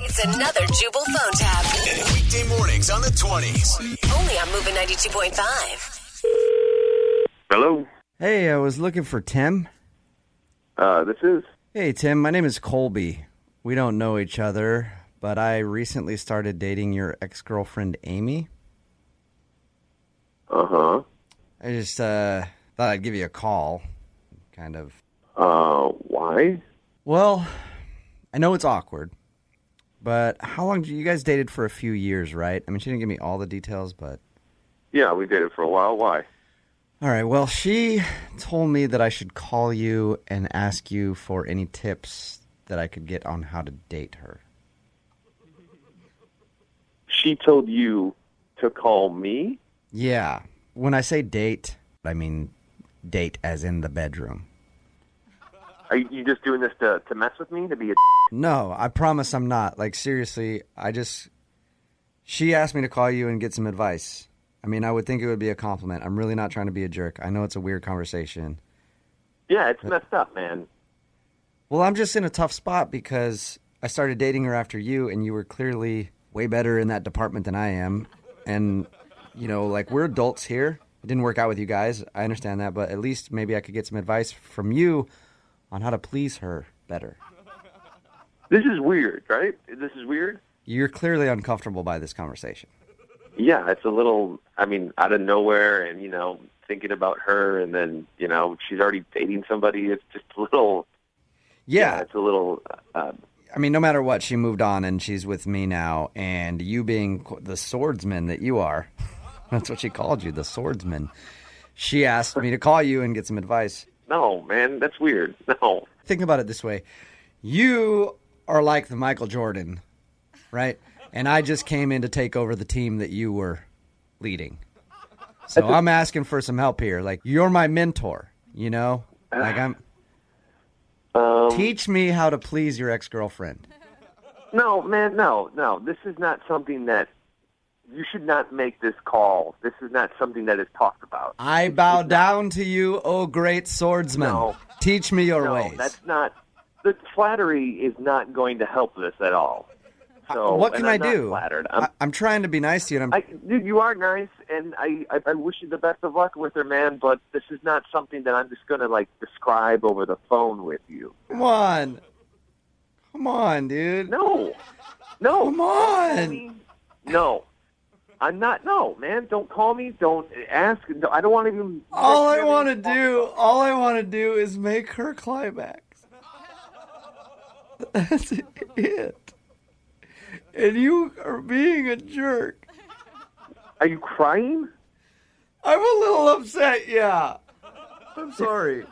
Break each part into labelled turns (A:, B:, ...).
A: It's another Jubal phone tab.
B: Weekday mornings on the 20s.
A: Only on Moving 92.5.
C: Hello.
D: Hey, I was looking for Tim.
C: Uh, this is.
D: Hey, Tim, my name is Colby. We don't know each other, but I recently started dating your ex girlfriend, Amy.
C: Uh huh.
D: I just uh, thought I'd give you a call. Kind of.
C: Uh, why?
D: Well, I know it's awkward, but how long do you guys dated for a few years, right? I mean, she didn't give me all the details, but.
C: Yeah, we dated for a while. Why?
D: All right. Well, she told me that I should call you and ask you for any tips that I could get on how to date her.
C: She told you to call me.
D: Yeah. When I say date, I mean date as in the bedroom.
C: Are you you just doing this to, to mess with me? To be a.
D: No, I promise I'm not. Like, seriously, I just. She asked me to call you and get some advice. I mean, I would think it would be a compliment. I'm really not trying to be a jerk. I know it's a weird conversation.
C: Yeah, it's messed up, man.
D: Well, I'm just in a tough spot because I started dating her after you, and you were clearly way better in that department than I am. And, you know, like, we're adults here. It didn't work out with you guys. I understand that, but at least maybe I could get some advice from you on how to please her better.
C: This is weird, right? This is weird.
D: You're clearly uncomfortable by this conversation.
C: Yeah, it's a little. I mean, out of nowhere, and you know, thinking about her, and then you know, she's already dating somebody. It's just a little.
D: Yeah.
C: it's a little. Uh,
D: I mean, no matter what, she moved on and she's with me now. And you being qu- the swordsman that you are, that's what she called you, the swordsman. She asked me to call you and get some advice.
C: no, man, that's weird. No.
D: Think about it this way you are like the Michael Jordan, right? And I just came in to take over the team that you were leading. So i I'm asking for some help here. Like, you're my mentor, you know? Like, I'm.
C: Um,
D: Teach me how to please your ex girlfriend.
C: No, man, no, no. This is not something that you should not make this call. This is not something that is talked about.
D: I bow down to you, O great swordsman.
C: No.
D: Teach me your
C: no,
D: ways.
C: that's not. The flattery is not going to help this at all. So
D: Uh, what
C: and
D: can I
C: I'm not
D: do? Uh,
C: Flattered. I'm,
D: I, I'm trying to be nice to you. And I'm,
C: I, dude, you are nice, and I, I, I wish you the best of luck with her, man. But this is not something that I'm just gonna like describe over the phone with you.
D: come on, come on, dude.
C: No, no,
D: Come on.
C: me. No. I'm not. No, man. Don't call me. Don't ask. No, I don't want to even.
D: All I want to do, all I want to do, is make her climax. That's it. And you are being a jerk.
C: Are you crying?
D: I'm a little upset. Yeah, I'm sorry.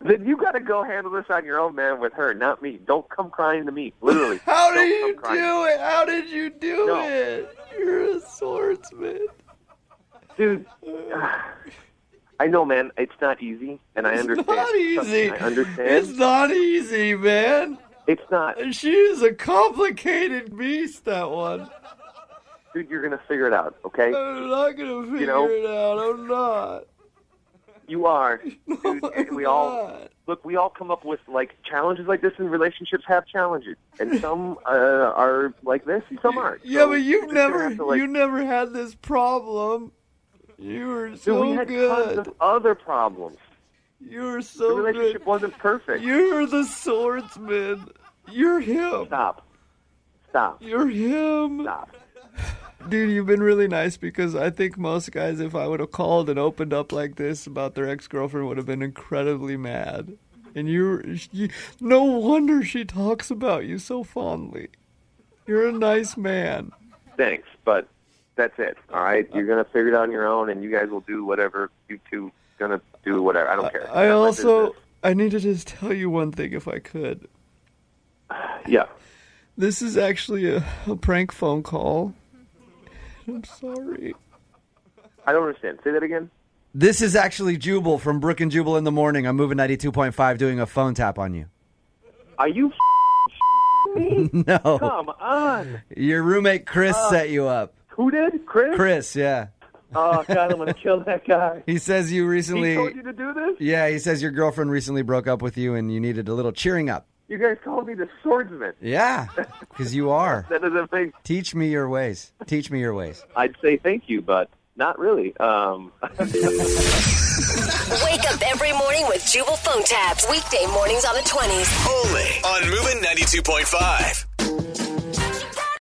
C: Then you got to go handle this on your own, man, with her, not me. Don't come crying to me. Literally.
D: How
C: Don't
D: did you
C: come crying.
D: do it? How did you do
C: No.
D: it? You're a swordsman.
C: Dude. I know, man. It's not easy, and I
D: It's
C: understand.
D: not easy.
C: I understand.
D: It's not easy, man.
C: It's not.
D: She is a complicated beast, that one.
C: Dude, you're going to figure it out, okay?
D: I'm not gonna figure
C: know?
D: it out. I'm not.
C: You are. Dude, and we all
D: not.
C: look. We all come up with like challenges like this, and relationships have challenges, and some uh, are like this, and some aren't.
D: Yeah,
C: So
D: but
C: you're
D: you've
C: just gonna
D: never
C: have to, like-
D: you never had this problem. You were
C: Dude,
D: so
C: we had
D: good.
C: tons of other problems.
D: you were
C: The
D: so
C: relationship
D: good.
C: wasn't perfect.
D: You're the swordsman. You're him.
C: Stop. Stop.
D: You're him.
C: Stop.
D: Dude, you've been really nice because I think most guys, if I would have called and opened up like this about their ex girlfriend, would have been incredibly mad. And you, you, no wonder she talks about you so fondly. You're a nice man.
C: Thanks, but that's it. All right, you're gonna figure it out on your own, and you guys will do whatever you two gonna do. Whatever. I don't care.
D: I
C: Not my
D: also,
C: business.
D: I need to just tell you one thing if I could.
C: Yeah.
D: This is actually a, a prank phone call. I'm sorry.
C: I don't understand. Say that again.
D: This is actually Jubal from Brook and Jubal in the morning. I'm moving 92.5 doing a phone tap on you.
C: Are you?
D: No.
C: Come on.
D: Your roommate Chris
C: Oh.
D: set you up.
C: Who did? Chris.
D: Chris, yeah.
C: Oh God, I'm gonna kill that guy.
D: He says you
C: He
D: recently.
C: told you to do this.
D: yeah, he says your girlfriend recently broke up with you and you needed a little cheering up.
C: You guys called me the swordsman.
E: Yeah, because you are.
C: That doesn't make.
E: Teach me your ways. Teach me your ways.
C: I'd say thank you, but not really. Um,
A: Wake up every morning with Jubal phone tabs. Weekday mornings on the 20s.
B: Only on Moving 92.5.